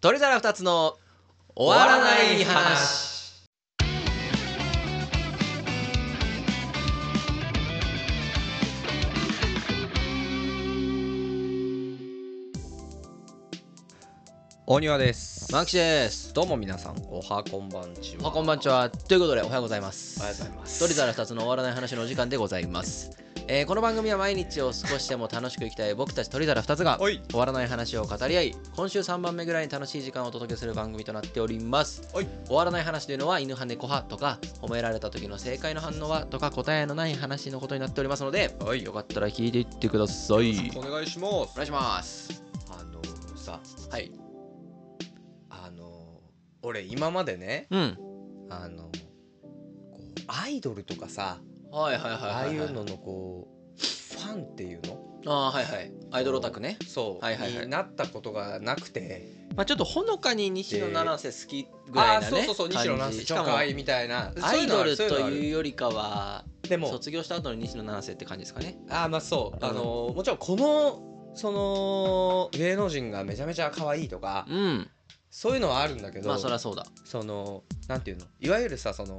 取り皿2つの終わらない話。大庭ですマーキシです。どうも皆さんおはこんばんちおはこんばんちは。ということでおはようございます。おはようございます取り皿2つの終わらない話のお時間でございます。えーこの番組は毎日を少しでも楽しく生きたい僕たち鳥皿2つがおい終わらない話を語り合い今週3番目ぐらいに楽しい時間をお届けする番組となっておりますおい終わらない話というのは犬派猫派とか褒められた時の正解の反応はとか答えのない話のことになっておりますのではいよかったら聞いていってくださいお願いしまおす願いしますあのさはいあの俺今までねうんあのこうアイドルとかさはいはいはいはい、ああいうののこうファンっていうのあーはいはいアイドルオタクねそう、はいはいはいになったことがなくてまあ、ちょっとほのかに西野七瀬好きぐらいなね、あーそうそうそう西野なん感てじちしょかかもわいいみたいなアイドルとそういうのあるそういうのあいるうよりかはでも卒業した後の西野七瀬って感じですかねあーまあそう、うんあのもちろんこのその芸能人がめちゃめちゃ可愛いとか、うんそういうのはあるんだけど、まあそりゃそうだそのなんていうのいわゆるさその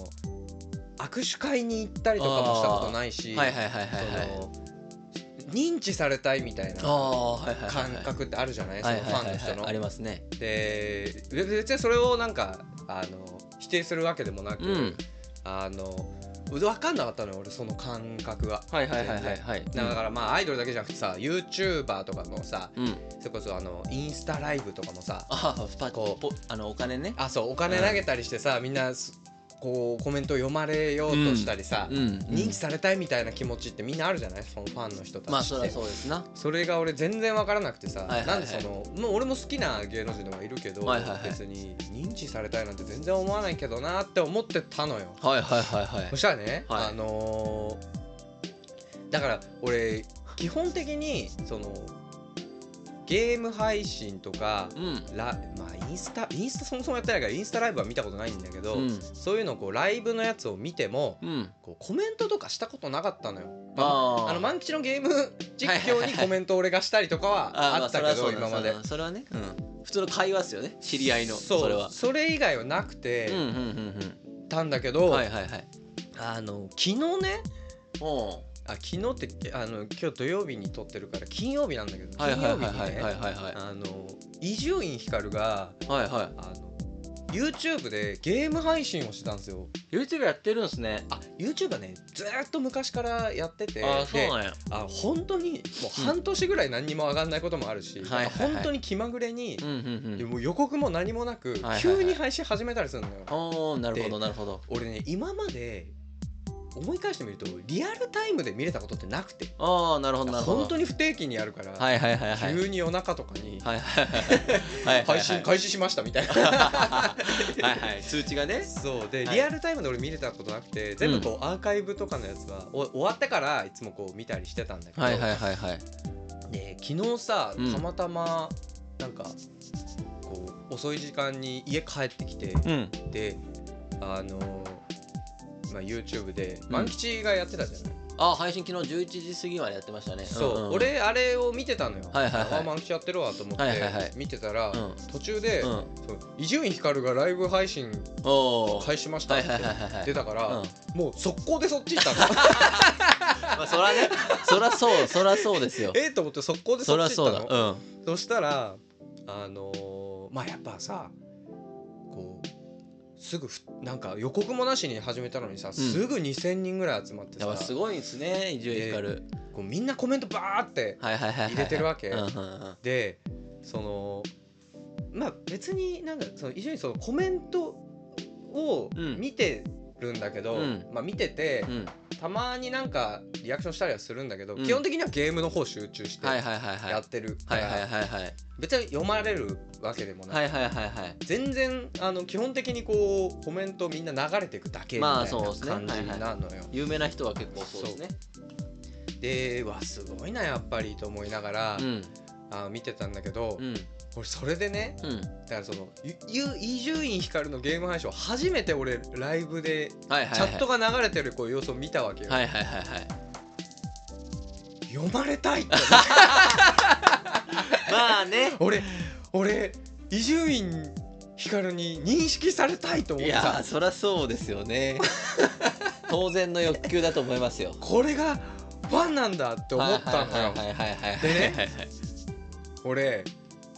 握手会に行ったりとかもしたことないし、はいはいはいはいはいその認知されたいみたいなああはいはいはい感はい覚ってあるじゃない、はいはそのいフはァンの人いはいの。ありますねで別別にそれをなんかあの否定するわけでもなく、うんあの分かんなかったのよ俺その感覚が。はいはいはいはいはいだからまあアイドルだけじゃなくてさ YouTuber とかもさうんうんそれこそあのインスタライブとかもさああパこうポあのお金ねあそうお金投げたりしてさ、みんなすこうコメント読まれようとしたりさ、うん認知されたいみたいな気持ちってみんなあるじゃないそのファンの人たちって、まあそりゃそうですなそれが俺全然分からなくてさ、いはいはいなんでそのもう俺も好きな芸能人とかいるけど、はいはいはい別に認知されたいなんて全然思わないけどなって思ってたのよはいはいはいはいそしたらね、はいあのーだから俺基本的にそのゲーム配信とかうんラまあインスタインスタそもそもやってないからインスタライブは見たことないんだけど、うんそういうのこうライブのやつを見てもうんこうコメントとかしたことなかったのよ。あーあの万吉のゲーム実況はいはいにはいコメントを俺がしたりとかはあったけど今それはそまでうだそれはね、うん、普通の会話ですよね知り合いのそうそれはそれ以外はなくてうんうんうんたんだけうんど、はいはいはいあの昨日ねおうあ昨日ってあの今日土曜日に撮ってるから金曜日なんだけどは金いはいはい曜日はいにはいはいねはあの伊集院光がいはいはあの YouTube でゲーム配信をしてたんですよ。い YouTube やってるんですねあ YouTube はねずーっと昔からやっててああそうでなんやあ本当にもう半年ぐらい何にも上がんないこともあるし、うんなんかはいはいはい本当に気まぐれにうん、うんうんもう予告も何もなく、はいはい急に配信始めたりするのよ、おーなるほどなるほど俺ね今まで思い返してみるとリアルタイムで見れたことってなくてああなるほどなるほど本当にに不定期にやるから、はいはいはいはい急に夜中とかにはいはいはいはい配信はい開始しましたみたい な、はいはい通知がねそうで、はいリアルタイムで俺見れたことなくて全部こうアーカイブとかのやつは、お終わってからいつもこう見たりしてたんだけど、はいはいはいはいで昨日さうんたまたまなんかこう遅い時間に家帰ってきてうんであのーまあ、YouTube でん万吉がやってたじゃない、ああ配信昨日11時過ぎまでやってましたねそう、んんん俺あれを見てたのよ、はいはいはいあ万吉やってるわと思ってはいはいはい見てたら、うん途中で、うんそう伊集院光がライブ配信おお開始しましたってはいはいはいはい出たから、うんもう速攻でそっち行ったのまあそらねそらそうそらそうですよ えっと思って速攻でそそっらち行そっうただのうんそしたらあのーまあやっぱさこうすぐふなんか予告もなしに始めたのにさ、すぐ2,000人ぐらい集まってだからさすごいですね伊集院光るこうみんなコメントバーってはいはいはいはい入れてるわけ、うんうんうんでそのまあ別になんかその一緒にそのコメントをうん見てるんだけど、うんまあ見てて、うんたまになんかリアクションしたりはするんだけど、うん基本的にはゲームの方集中してはいはいはいはいやってるかはいら、はいはいはい別に読まれるわけでもない、はいはいはいはい全然あの基本的にこうコメントみんな流れていくだけみたいまなあそうですね感じなのよ。有名な人は結構そうですねでうわすごいなやっぱりと思いながら、うんあ見てたんだけど、うん俺それでねうんだからそのゆゆ伊集院光のゲーム配信を初めて俺ライブではいはいはいチャットが流れてるこう様子を見たわけよ、はいはいはいはい 読まれたいってまあね俺俺伊集院光に認識されたいと思 っいてやさーそりゃそうですよ ね当然の欲求だと思いますよこれがファンなんだって思ったはのよいはいはいはいはいでねはいはいはい俺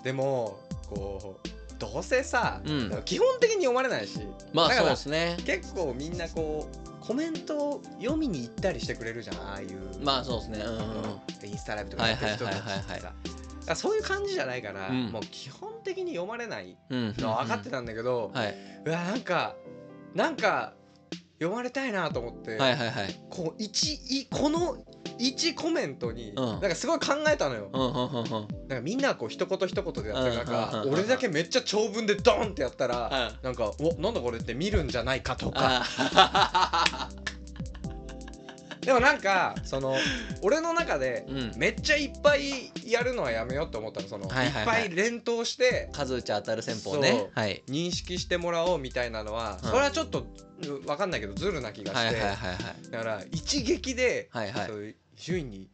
でもこうどうせさ、うんだから基本的に読まれないしまあだそかうでらすね結構みんなこうコメントを読みに行ったりしてくれるじゃんああいう、まあそうですねうんうんうんインスタライブとかやってる人たちってはいはさいはいはいはいだからそういう感じじゃないから、うんもう基本的に読まれないうんのは分かってたんだけど、はいうわなんかなんか読まれたいなと思って、はいはいはいこう一いこの1コメントに、んなんかすごい考えたのよ、うんうんうんうんうんなんかみんなこう一言一言でやってる中、うんうんうんうん俺だけめっちゃ長文でドンってやったら、あなんか「おなんだこれ」って見るんじゃないかとかあでもなんかその俺の中でーうんめっちゃいっぱいやるのはやめようって思ったのその、はいいはいはいっぱい連投して数打ち当たる戦法ねそうはい認識してもらおうみたいなのは、うんそれはちょっとう分かんないけどズルな気がはいはしいて、はいはいだから一撃で、はいはいそういう伊集院に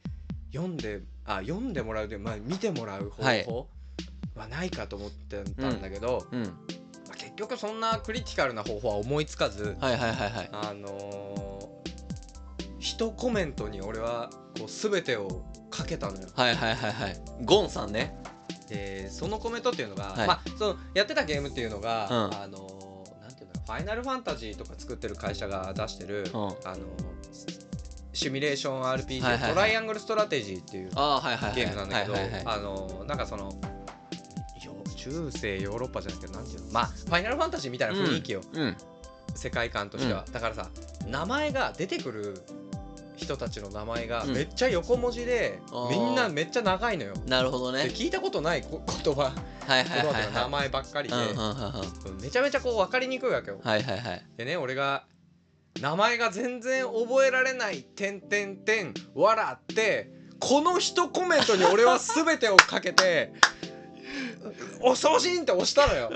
読んであ読んでもらうで、まあ、見てもらう方はい法はないかと思ってたんだけど、うんまあ結局そんなクリティカルな方法は思いつかず、はいはいはいはいあのー、一コメントに俺はこう全てをかけたのよ。はいはいはいはいゴンさんねでそのコメントっていうのが、はいまあ、そのやってたゲームっていうのが、うんあのーなんていうんだろうファイナルファンタジーとか作ってる会社が出してうる、んあのーシミュレーション RPG、はいはいはいトライアングルストラテジーっていうああはいはいはいゲームなんだけど、はいはいはいあのーなんかそのよ中世ヨーロッパじゃなくてなんていうのまあファイナルファンタジーみたいな雰囲気を、うん世界観としては、だからさ名前が出てくる人たちの名前がうんめっちゃ横文字で、あーみんなめっちゃ長いのよ。なるほどねで聞いたことないこ 言葉はい言はいはい葉の名は前ばっかりいで、うんうんうんうんめちゃめちゃこう分かりにくいわけよ。はいはいはいでね俺が名前が全然覚えられない「てんてんてん」笑ってこの一コメントに俺は全てをか けて「お送信!」って押したのよ。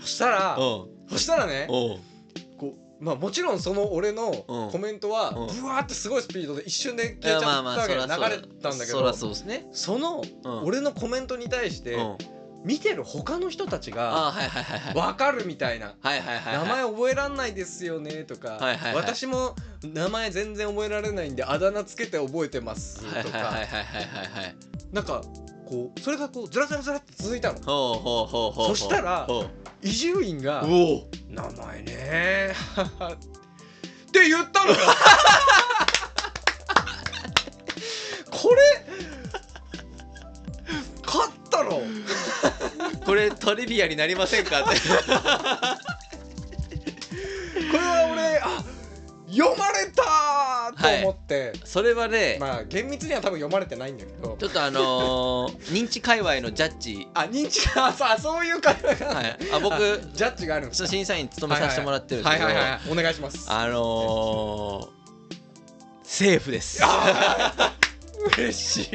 そしたらうそしたらねんうんこうまあもちろんその俺のうんコメントはうんブワーってすごいスピードで一瞬でい消やえちまゃあっまたあわそけでら流れたんだけそらどそうですねそのうん俺のコメントに対してうん見てる他の人たちあがあはいはいはいはい分かるみたいな。はいはいはい名はい前覚えらんないですよねとか、はいはいはい私も名前全然覚えられないんであだ名つけて覚えてますとか、はいはいはいはいはいはいはいなんかこうそれがこうずらずらずらって続いたのほうほうほうほうほうそしたらほう伊集院がおお名前ね って言ったのよ これ勝ったのこれトリビアになりませんか ってこれは俺あ読まれたと思って、それはねまあ厳密には多分読まれてないんだけどちょっとあのー認知界隈のジャッジあ認知がそう そういう会話が、はいあ僕あジャッジがあるんですか審査員務めさせてもらってるんですはけいどはいはいお願いしますあのーセーフです嬉しい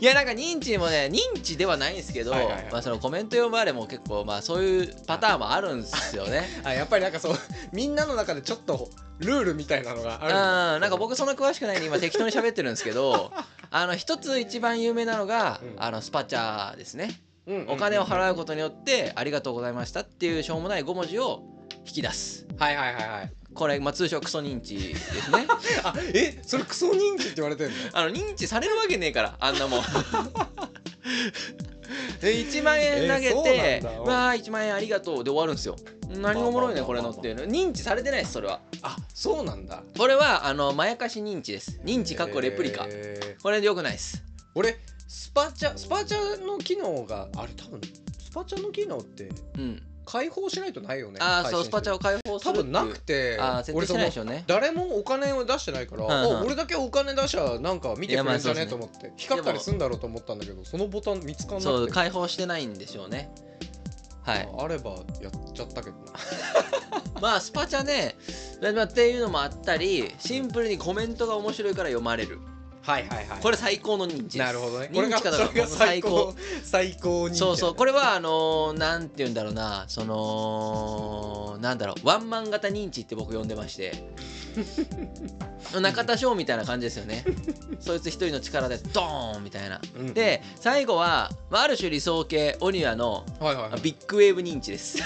いやなんか認知もね認知ではないんですけど、はいはいはいまあ、そのコメント読まれも結構まあそういうパターンもあるんですよね。あやっぱりなんかそうみんなの中でちょっとルールみたいなのがうんあるだなんか僕そんな詳しくないんで今適当に喋ってるんですけどあの一つ一番有名なのが、うんあのスパチャですねうんうんうんお金を払うことによって「ありがとうございました」っていうしょうもない5文字を引き出すはいはいはいはいこれ、まあ、通称クソ認知です ねあえそれクソ認知って言われてんのあの認知されるわけねえからあんな もん。 で1万円投げてえーそうなん「だわあ1万円ありがとう」で終わるんですよ。何がおもろいねこれのっていうの認知されてないですそれは。あそうなんだこれはあのまやかし認知です。認知かっこレプリカ。えーこれでよくないです。俺スパチャスパチャの機能があれ多分スパチャの機能ってうん、解放しないとないよねああそうスパチャをを解放するってい多う分なくてあー設定俺しそてないのでしょうね。誰もお金を出してないから、はいはいあ俺だけお金出しゃなんか見てくれんじゃねえいとやま思って光ったりすんだろうと思ったんだけどそのボタン見つかんなそうくて解放してないんでしょうね。はい、ああればやっちゃったけどなまあスパチャねまあっていうのもあったりシンプルにコメントが面白いから読まれるはいはいはいこれ最高の認知ですなるほどねこれ認が知かどうかそれがこの最最高高最高にそうそうこれはあのーなんて言うんだろうなそのなんだろうワンマン型認知って僕呼んでまして 中田翔みたいな感じですよねそいつ一人の力でドーンみたいなうんうんで最後は、まあ、ある種理想系オニアのはいはいはいビッグウェーブ認知です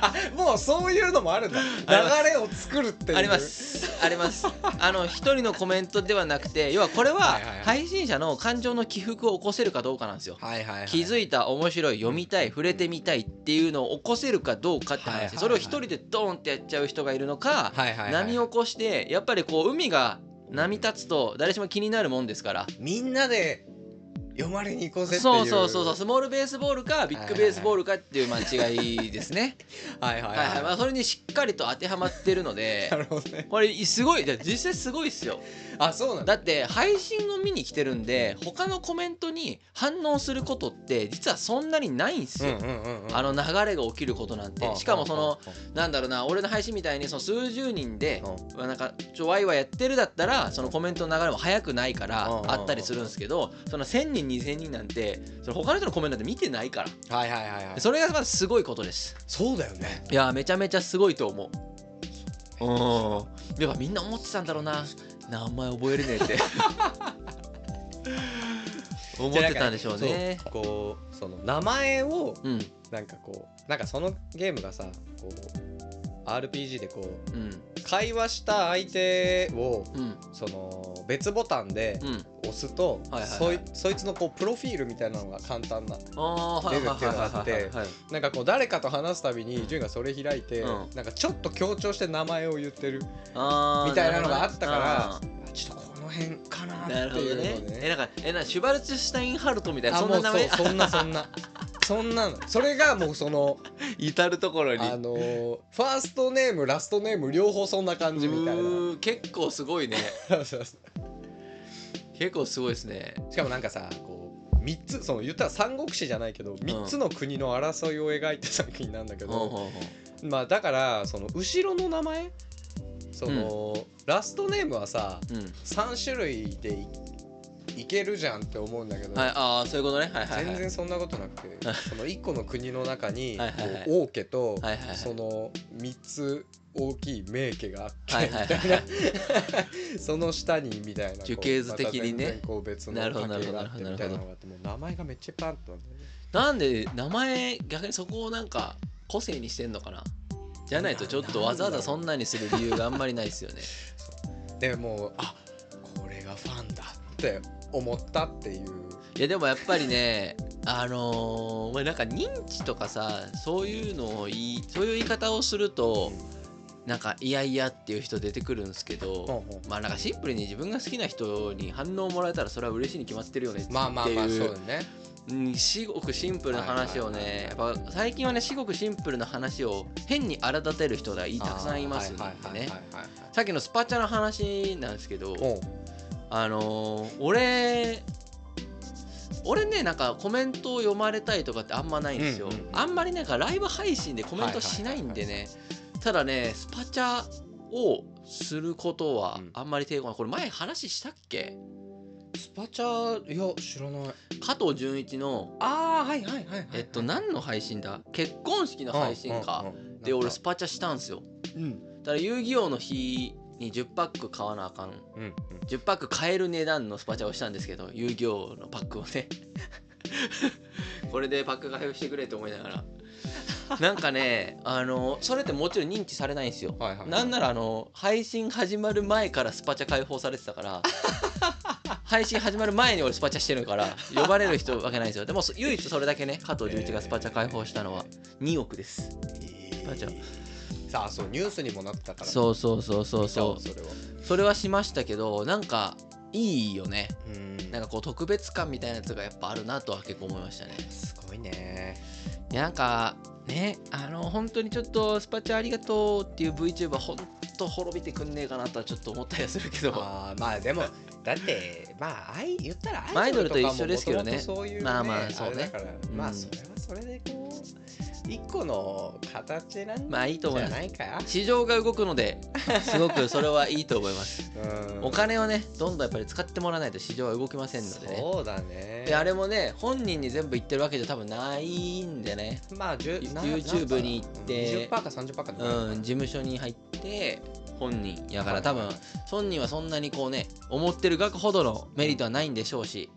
あもうそういうのもあるんだあります流れを作るっていうありますありますあの一人のコメントではなくて要はこれははいはいはい配信者の感情の起伏を起こせるかどうかなんですよはいはい、はい、気づいた面白い読みたい触れてみたいっていうのを起こせるかどうかってはいはい話はいそれを一人でドーンってやっちゃう人がいるのかはいはいはい波を起こしてやっぱりこう海が波立つと誰しも気になるもんですからみんなで読まれに行こうぜっていうそうそうそうそうスモールベースボールかビッグベースボールかっていう間違いですね はいはいははいい、はいまあそれにしっかりと当てはまってるの なでるほどねこれすごいだ実際すごいっすよあそうなんだだって配信を見に来てるんで他のコメントに反応することって実はそんなにないんですうんようんうんうんあの流れが起きることなんてしかもそのなんだろうな俺の配信みたいにその数十人でなんかちょワイワイやってるだったらそのコメントの流れも早くないからうんあったりするんですけどその1,000人2,000人なんてその他の人のコメントなんて見てないからはいはいはいはいそれがまずすごいことですそうだよねいやめちゃめちゃすごいと思ううんやっぱみんな思ってたんだろうな名前覚えれねえって 思ってたんでしょうねそうこうその名前をうんなんかこうなんかそのゲームがさこう RPG でこううん会話した相手をうんその別ボタンでうん押すと、はいはいはいそいそいつのこうプロフィールみたいなのが簡単なああーはいはいはいはいはいはいなんかこう誰かと話すたびに潤がそれ開いて、うんなんかちょっと強調して名前を言ってるあーみたいなのがあったからなるほどねあちょっとこの辺かなあーってなるほいどうのでねえなんかえなんかシュバルツシュタインハルトみたいなあそんもなう名そ前うそんなそんなそんなのそれがもうその至る所にあのーファーストネームラストネーム両方そんな感じみたいうなー結構すごいねそうそう結構すごいですねしかもなんかさこう3つその言ったら三国志じゃないけど3つの国の争いを描いた作品なんだけうんど、まあだからその後ろの名前その、ラストネームはさうんうん3種類でいいけるじゃんって思うんだけど、はいああそういうことねはいはいはい全然そんなことなくて、はいその1個の国の中にはいはいはいこう王家と、はいはいはいその3つ大きい名家があって、はいはいはいはい その下にみたいな樹形図的にねまた全然こう別のなるほど家系があってなるほどなるほどみたいなのがあってもう名前がめっちゃパンとなんだよねなんで名前逆にそこをなんか個性にしてんのかなじゃないとちょっとわざわざそんなにする理由があんまりないですよねでもうあこれがファンだって思ったっていういやでもやっぱりねあのー、俺なんか認知とかさそういうのを言いそういう言い方をするとなんかいやいやっていう人出てくるんですけど、うんうんまあなんかシンプルに自分が好きな人に反応をもらえたらそれは嬉しいに決まってるよねっていう、まあまあまあそうだねうん至極シンプルな話をねやっぱ最近はね至極シンプルな話を変に荒立てる人がいたくさんいますんでねさっきのスパチャの話なんですけど、おうあのー俺俺ねなんかコメントを読まれたいとかってあんまないんですよ、うんうんうんあんまりなんかライブ配信でコメントしないんではいはいねただねスパチャをすることはうんあんまり抵抗ないこれ前話したっけスパチャいや知らない加藤純一のああはいはいはい、はい、えっと何の配信だ結婚式の配信かうんうんうんで俺スパチャしたんですようんだから遊戯王の日に10パック買わなあかんうんうん10パック買える値段のスパチャをしたんですけど遊戯王のパックをね これでパック買いをしてくれと思いながらなんかねあのそれってもちろん認知されないんですよはいはいなんならあの配信始まる前からスパチャ解放されてたから 配信始まる前に俺スパチャしてるから呼ばれる人わけないんですよでもそ唯一それだけね加藤純一がスパチャ解放したのは2億です、スパチさあそうニュースにもなったからそうそうそうそうそう見たわそれはそれはしましたけどなんかいいよねうんなんかこう特別感みたいなやつがやっぱあるなとは結構思いましたね。すごいねいやなんかねあの本当にちょっとスパチャありがとうっていう VTuber ほんと滅びてくんねえかなとはちょっと思ったりはするけどあーまあでもだってまあアイ言ったらまあアアイイドドルルととか一も緒ですけどね元々そういう、ね、まあまあそうねれだからんまあそれはそれでこう一個の形なんまあいいと思じいゃますないか、市場が動くの ですごくそれはいいと思いますうんお金をねどんどんやっぱり使ってもらわないと市場は動きませんのでねそうだねであれもね本人に全部言ってるわけじゃ多分ないんでねまあ、10 YouTube に行って20%か30%かでもうん事務所に入って本人やから多分本人はそんなにこうね思ってる額ほどのメリットはないんでしょうし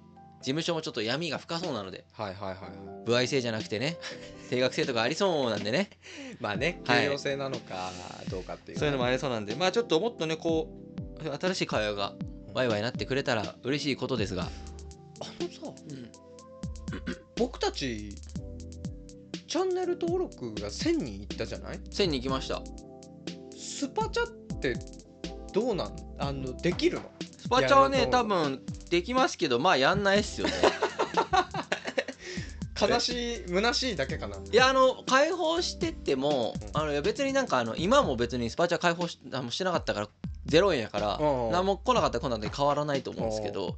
事務所もちょっと闇が深そうなのではいはいはい歩合制じゃなく てね定額制とかありそうなんでねまあねはい給与制なのかどうかっていう、そういうのもありそうなんでまあちょっともっとねこう新しい会話がワイワイなってくれたら嬉しいことですが、あのさ僕たちチャンネル登録が1000人いったじゃない1000人来ましたスパチャってどうなんあのできるのスパチャはやねると多分できますけどまあやんないっすよ ね悲しい虚しいだけかないやあの解放してってもあのいや別になんかあの今も別にスパチャ解放しあのしてなかったから0円やからうんうん何も来なかったらこんなんで変わらないと思うんですけど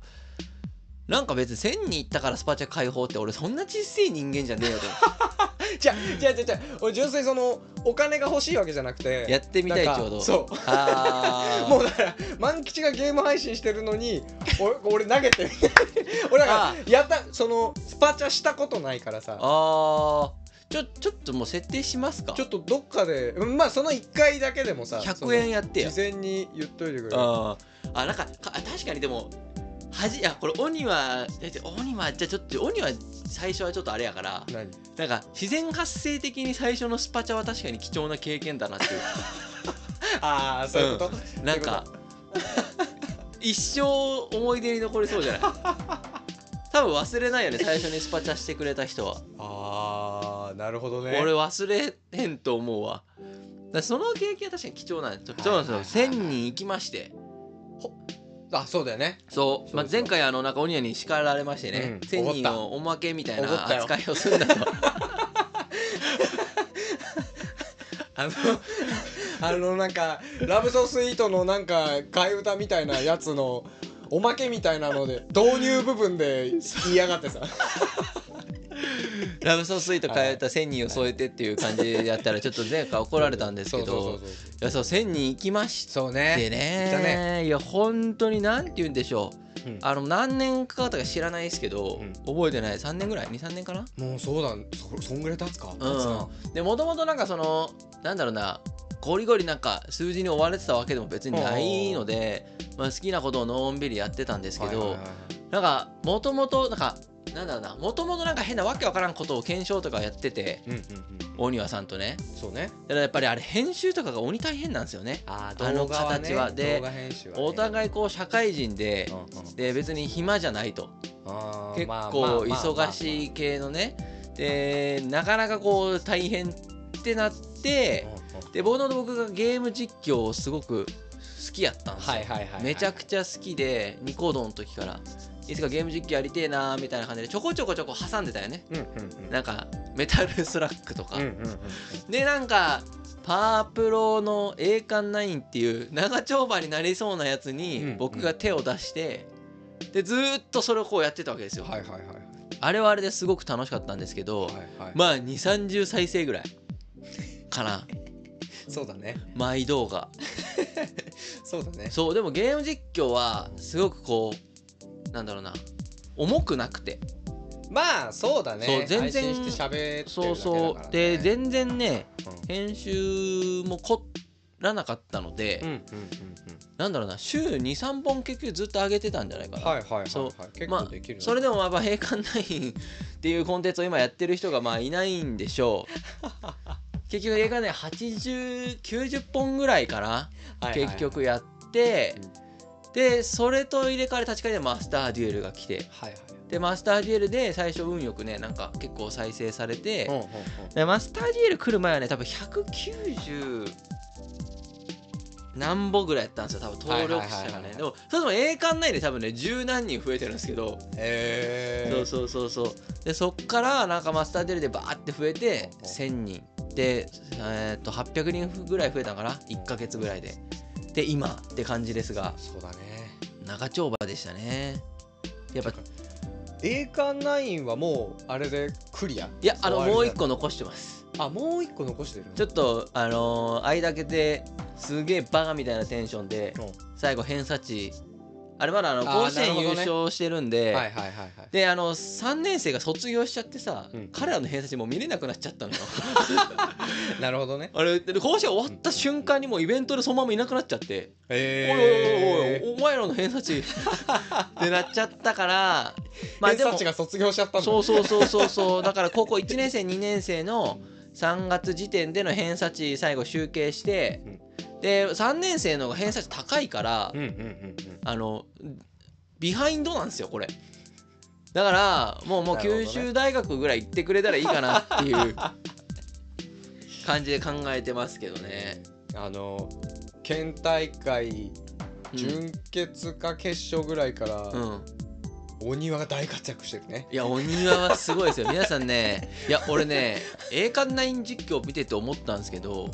なんか別に1000人いったからスパチャ解放って俺そんな小さい人間じゃねえよと思ってじゃじゃじゃじゃ俺純粋にそのお金が欲しいわけじゃなく てやってみたいなんかちょうどそうあー もうだから万吉がゲーム配信してるのに俺俺投げてみ たい俺なんああかやったそのスパチャしたことないからさあーちょちょっともう設定しますかちょっとどっかでうんまあその1回だけでもさ100円ややってよ事前に言っといてくれるあーあなんかか確かにでもはじいやこれ鬼はえ鬼はじゃあちょっと鬼は最初はちょっとあれやから何なんか自然発生的に最初のスパチャは確かに貴重な経験だなっていああそういうこと、 うなんか一生思い出に残りそうじゃない多分忘れないよね最初にスパチャしてくれた人は、ああなるほどね俺忘れへんと思うわだからその経験は確かに貴重なんですよはいそうなんはいではいすよ1000人行きましてあそうだよねそうそうまあ、そう前回あのなんか鬼に叱られましてね、うん千人おごのおまけみたいおごっなたよ扱いをするんだ とあのあのなんかラブソースイートのなんか替え歌みたいなやつのおまけみたいなので導入部分で言いやがってさラブソースイート変えた千人を添えてっていう感じでやったらちょっと前回 怒られたんですけそうそうどそうそういやそう千人行きましそうてねね行ったいや本当になんて言うんでしょう、うんあの何年かかったか知らないですけど、うん覚えてない3年ぐらい23年かなもうそうだそそんぐらい経つか経つなうんでもともとなんかそのなんだろうなゴリゴリなんか数字に追われてたわけでも別にないので、まあ、好きなことをのんびりやってたんですけど、はいはいはいなんかもともとなんかなんだろうなもともとなんか変なわけわからんことを検証とかやっててうんうん大庭さんとねうんそうねだからやっぱりあれ編集とかが鬼大変なんですよねあー動画はねで動画お互いこう社会人でうんうんで別に暇じゃないとあー結まあ構まあまあまあ忙しい系のねでなかなかこう大変ってなってうんうんで冒頭で僕がゲーム実況をすごく好きやったんですよ、はいはいはいめちゃくちゃ好きでニコ動の時からいつかゲーム実況やりてえなーみたいな感じでちょこちょこちょこ挟んでたよねうんうんなんかメタルスラックとか、うんうんうんうんでなんかパープロの栄冠ナインっていう長丁場になりそうなやつうんうにん僕が手を出して、でずーっとそれをこうやってたわけですよ、はいはいはいはいあれはあれですごく楽しかったんですけど、はいはいまあ2 3 0再生ぐらいかなそうだね毎動画そうだねそうでもゲーム実況はすごくこうなんだろうな重くなくてまあそうだねそう全然配信して喋ってるだけだから、ね、そうそうで全然ねうん編集も凝らなかったので、うんうんうんなんだろうな週23本結局ずっと上げてたんじゃないかうんな、はいはいはいはい結そう構できる、ねそれでもまあまあ閉館ナインっていうコンテンツを今やってる人がまあいないんでしょ う結局映画ね8090本ぐらいかなはいはい結局やって、でそれと入れ替わり立ち替えでマスターデュエルが来てはいはいでマスターデュエルで最初運よくねなんか結構再生されて、うんうんうんでマスターデュエル来る前はね多分190何本ぐらいやったんですよ多分登録は者がいはいはいはいねでもそれでも栄冠内で多分ね十何人増えてるんですけど、えー、そうそうそうそうでそっからなんかマスターデュエルでバーって増えてほうほう1000人で、えーっと800人ぐらい増えたんかな1ヶ月ぐらいでで今って感じですがそうだね長丁場でしたねやっぱ栄冠ナインはもうあれでクリアいやあの終もわうり一個残してますあもう一個残してるちょっとあのー間開けてすげえバカみたいなテンションでうん最後偏差値あれまだあのあー甲子園優なるほどね勝してるんではいはいはいはいであの3年生が卒業しちゃってさ、うん彼らの偏差値もう見れなくなっちゃ ったのよなるほどねあれで甲子園終わった瞬間にもうイベントでそのままいなくなっちゃって「おいおいおいえおいお前らの偏差値」ってなっちゃった からー、偏差値が卒業しちゃったんだそうそうそうそうそうだから高校1年生2年生の3月時点での偏差値最後集計して、で3年生の方が偏差値高いから、うんうんうんうんあのビハインドなんですよこれだからもうもうなるほどね九州大学ぐらい行ってくれたらいいかなっていう感じで考えてますけどね、あの県大会うん準決か決勝ぐらいから、うん、お庭が大活躍してるねいやお庭はすごいですよ皆さんねいや俺ね栄冠ナイン実況見てて思ったんですけど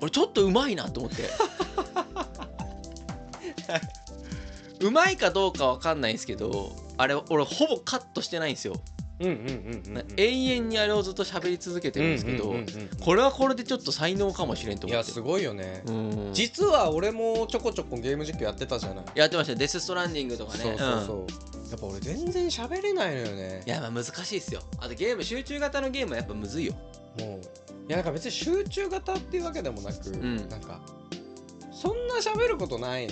俺ちょっとうまいなと思ってうまいかどうかわかんないんですけどあれ俺ほぼカットしてないんですよ、うんうんうんうん、うん、永遠にあれをずっと喋り続けてるんですけど、うんうんうんうんこれはこれでちょっと才能かもしれんとい思やってすごいよね、うん実は俺もちょこちょこゲーム実況やってたじゃないやってましたねデス・ストランディングとかねそうそうそうう、やっぱ俺全然喋れないのよねんいやまあ難しいっすよあとゲーム集中型のゲームはやっぱむずいよもういやなんか別に集中型っていうわけでもなく、んなんかそんな喋ることない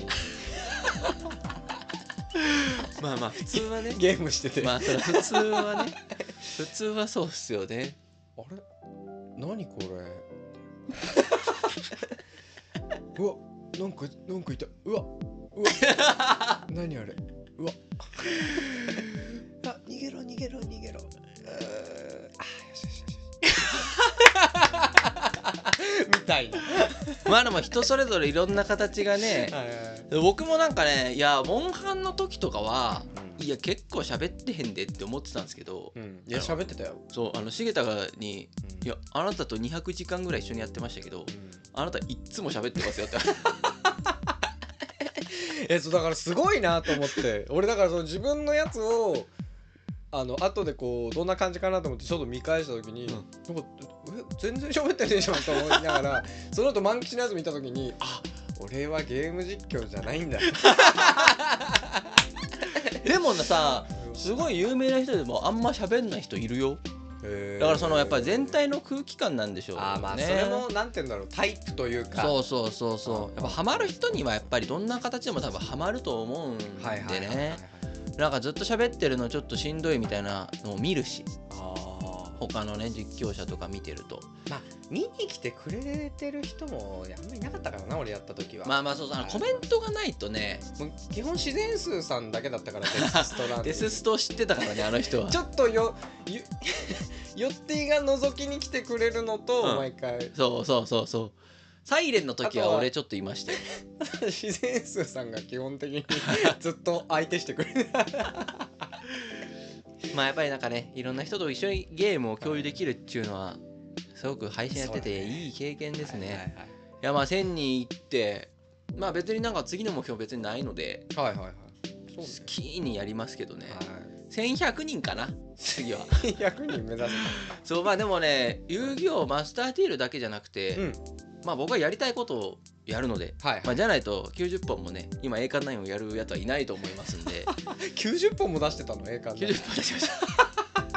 まあまあ普通はねゲームしてて、まあそれ普通はね普通はそうっすよねあれ何 これうわなんかなんかいたうわうわ 何あれうわあ逃げろ逃げろ逃げろうーあよしよしよ しよしみたいな、まあでも人それぞれいろんな形がねはいはいはい僕もなんかねいやモンハンの時とかはうんいや結構喋ってへんでって思ってたんですけどうん、いや喋ってたよ、そうあの重田がに「いいやあなたと200時間ぐらい一緒にやってましたけどあなたいっつも喋ってますよ」ってえそうだからすごいなと思って俺だからその自分のやつをあの後でこうどんな感じかなと思ってちょっと見返した時に、うんなんかえ全然喋ってねえじゃんと思いながらその後満喫のやつ見た時にあ俺はゲーム実況じゃないんだ でもさすごい有名な人でもあんま喋んない人いるよへえだからそのやっぱり全体の空気感なんでしょうあーまあねそれもなんて言うんだろうタイプというかそうそうそうそうやっぱハマる人にはやっぱりどんな形でも多分ハマると思うんでね、はいはいはいはいはいなんかずっと喋ってるのちょっとしんどいみたいなのを見るしあー他のね実況者とか見てるとまあ見に来てくれてる人もあんまりいなかったからな俺やった時はまあまあそうそうあのコメントがないとねもう基本自然数さんだけだったからデスストランデ ススト知ってたからねあの人はちょっとよ ゆよってぃが覗きに来てくれるのと、うん毎回そうそうそうそうサイレンの時あはとは俺ちょっといましたよ自然数さんが基本的 にずっと相手してくれるまあやっぱりなんかねいろんな人と一緒にゲームを共有できるっていうのはすごく配信やっててそうだねいい経験ですね、いはいやまあ1000人行ってまあ別になんか次の目標別にないのではいはいはいはいそ好きにやりますけどね、う1100人かな次 はね、はい、100人目指すそうまあでもね遊戯王マスターティールだけじゃなくて、うんまあ僕はやりたいことをやるので、はい、まあ、じゃないと90本もね今栄冠ナインをやるやつはいないと思いますん で90本も出してたの映画で90本出しました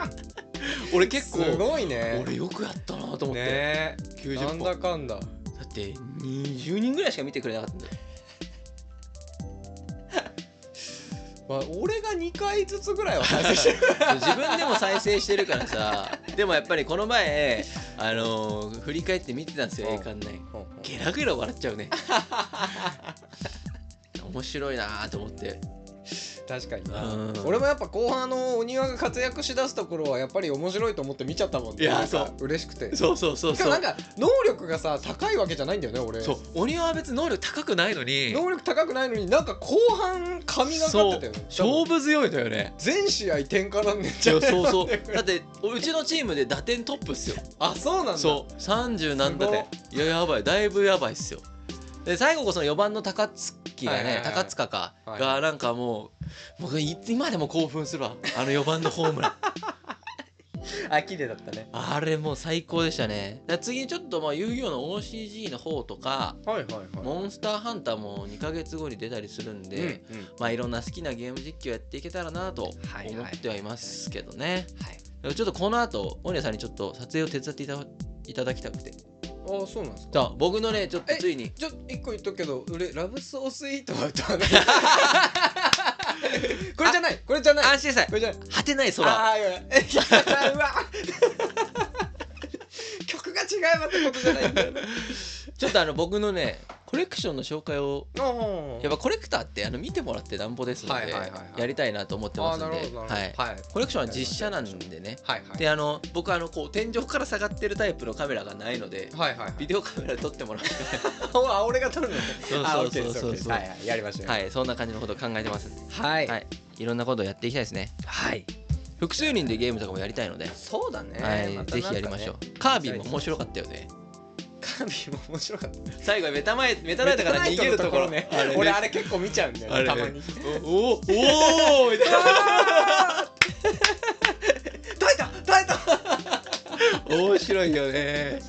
俺結構すごいね俺よくやったなと思って、ねえ90な本んだだかんだって20人ぐらいしか見てくれなかったんだよまあ俺が2回ずつ ぐらいは再生してる自分でも再生してるからさ でもやっぱりこの前あのー振り返って見てたんですようん栄冠ナインゲラゲラ笑っちゃう ね面白いなと思って確かにな、うん俺もやっぱ後半のお庭が活躍しだすところはやっぱり面白いと思って見ちゃったもんねいやなんかそ嬉しくてそうそうそうしかそもうなんか能力がさ高いわけじゃないんだよね俺そうお庭は別に能力高くないのに能力高くないのになんか後半神がかってたよね勝負強いのよね全試合点からねいやそうそう だってうちのチームで打点トップっすよあそうなんだそう30何打点いややばいだいぶやばいっすよで最後こそ4番の高槻がね、はいはいはい高塚かはいがなんかもう僕い今でも興奮するわあの4番のホームランあ綺麗だったねあれもう最高でしたね。だから次にちょっとまあ遊戯王の OCG の方とか、はいはいはいモンスターハンターも2ヶ月後に出たりするんで、うんうんまあいろんな好きなゲーム実況やっていけたらなと思はいはいってはいますけどね。はいでもちょっとこの後、オニアさんにちょっと撮影を手伝っていたいただきたくて。ああそうなんですかじゃあ僕のね、ちょっとえついに。ちょっと一個言っとくけど俺ラブソースイートは歌わな い これじゃないこれじゃない安心なさいこ。れじゃない果てない空。ああーやば いうわ曲が違えばってことじゃないんだよねちょっとあの僕のね、コレクションの紹介を。おーやっぱコレクターってあの見てもらってなんぼですのはいではいはいはいやりたいなと思ってあまあすなるんほでどなるほどはいはいコレクションは実写なんでねはいはいであの僕あのこう天井から下がってるタイプのカメラがないのではいはいはいビデオカメラで撮ってもらってあ俺が撮るのねそうあそうオッケーですそうオッケーですそうはいはいやりましょうはいそんな感じのことを考えてますはいはいいろんなことをやっていきたいですねはい複数人でゲームとかもやりたいのでそうだねはいまたぜひなんかねやりましょうカービィも面白かったよねカービィも面白かった最後はメタ前メタライトから逃げるところねあれね俺あれ結構見ちゃうんだよあれねねた まにおおおおみたいな 耐えた耐えた面白いよね。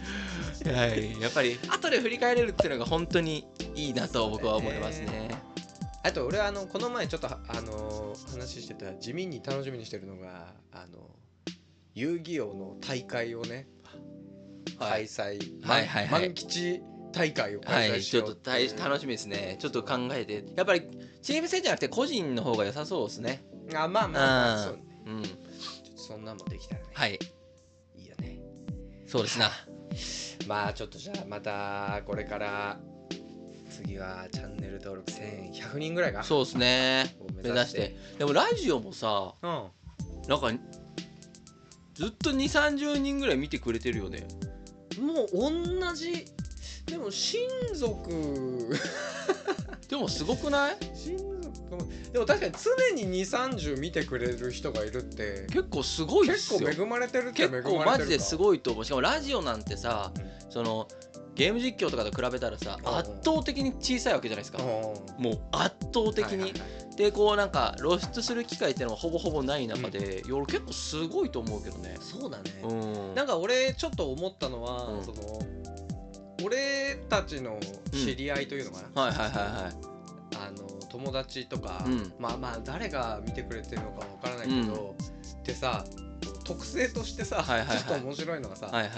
はい、やっぱり後で振り返れるっていうのが本当にいいなと僕は思いますね。あと俺はあのこの前ちょっとはあのー話してた地味に楽しみにしてるのがあの遊戯王の大会をねは開い、催はいはいはい満吉大会をは開催い、しちょよっうと大楽しみですね。ちょっと考えて、やっぱりチーム戦じゃなくて個人の方が良さそうですね。あまあまあうまあんそううん、ちょっとそんなもできたらねはい、いいよねそうです な。まあちょっとじゃあまたこれから次はチャンネル登録1100人ぐらいかそうですね。を目目指して、でもラジオもさ、うんなんかずっと2、30人ぐらい見てくれてるよね。もう同じでも親族でもすごくない？親族でも確かに常に230見てくれる人がいるって結構すごいっ結すよ。構恵まれてるって恵まれ結てる構マジですいごいと思うしかもラジオなんてさ、うそのゲーム実況とかと比べたらさうん圧倒的に小さいわけじゃないですか、うんもう圧倒的に、はいはいはいでこうなんか露出する機会っていうのはほぼほぼない中で、いや俺結構すごいと思うけどねそうだねうんなんか俺ちょっと思ったのは、うんその俺たちの知り合いというのかな、はいはいはいはいあの友達とか、うんまあまあ誰が見てくれてるのかわからないけど、でさ特性としてさ、はいはいはいちょっと面白いのがさ、はいはい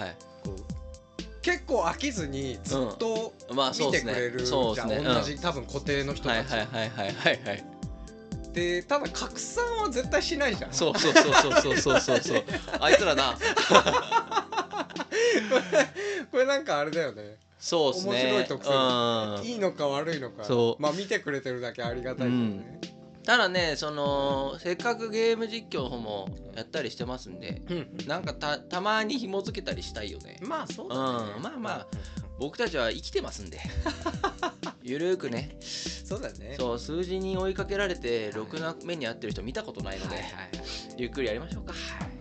こう結構飽きずにずっとまあそ見うでてすくねれる、そうじでゃすん、ね同じ、多分固定のう人んはたいち、はいはいはいはいはいでただ拡散は絶対しないじゃんそうそうそうそうそうそうそう そうあいつらなこれなんかあれだよね、そうですね面白い特性うんいいのか悪いのかそうまあ見てくれてるだけありがたいよね、ただねそのせっかくゲーム実況の方もやったりしてますんでうんなんかたたまに紐付けたりしたいよねまあそうだだねね、うんまあまあ僕たちは生きてますんで ゆるーくねそうだねそう数字に追いかけられていろくな目に遭ってる人見たことないので、はいはいゆっくりやりましょうかは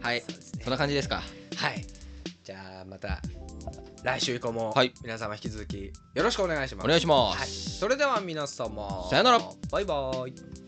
はいいそうですねそんな感じですかはいじゃあまた来週以降もはい皆様引き続きよろしくお願いしますお願いします、はい、それでは皆様さよならバイバイ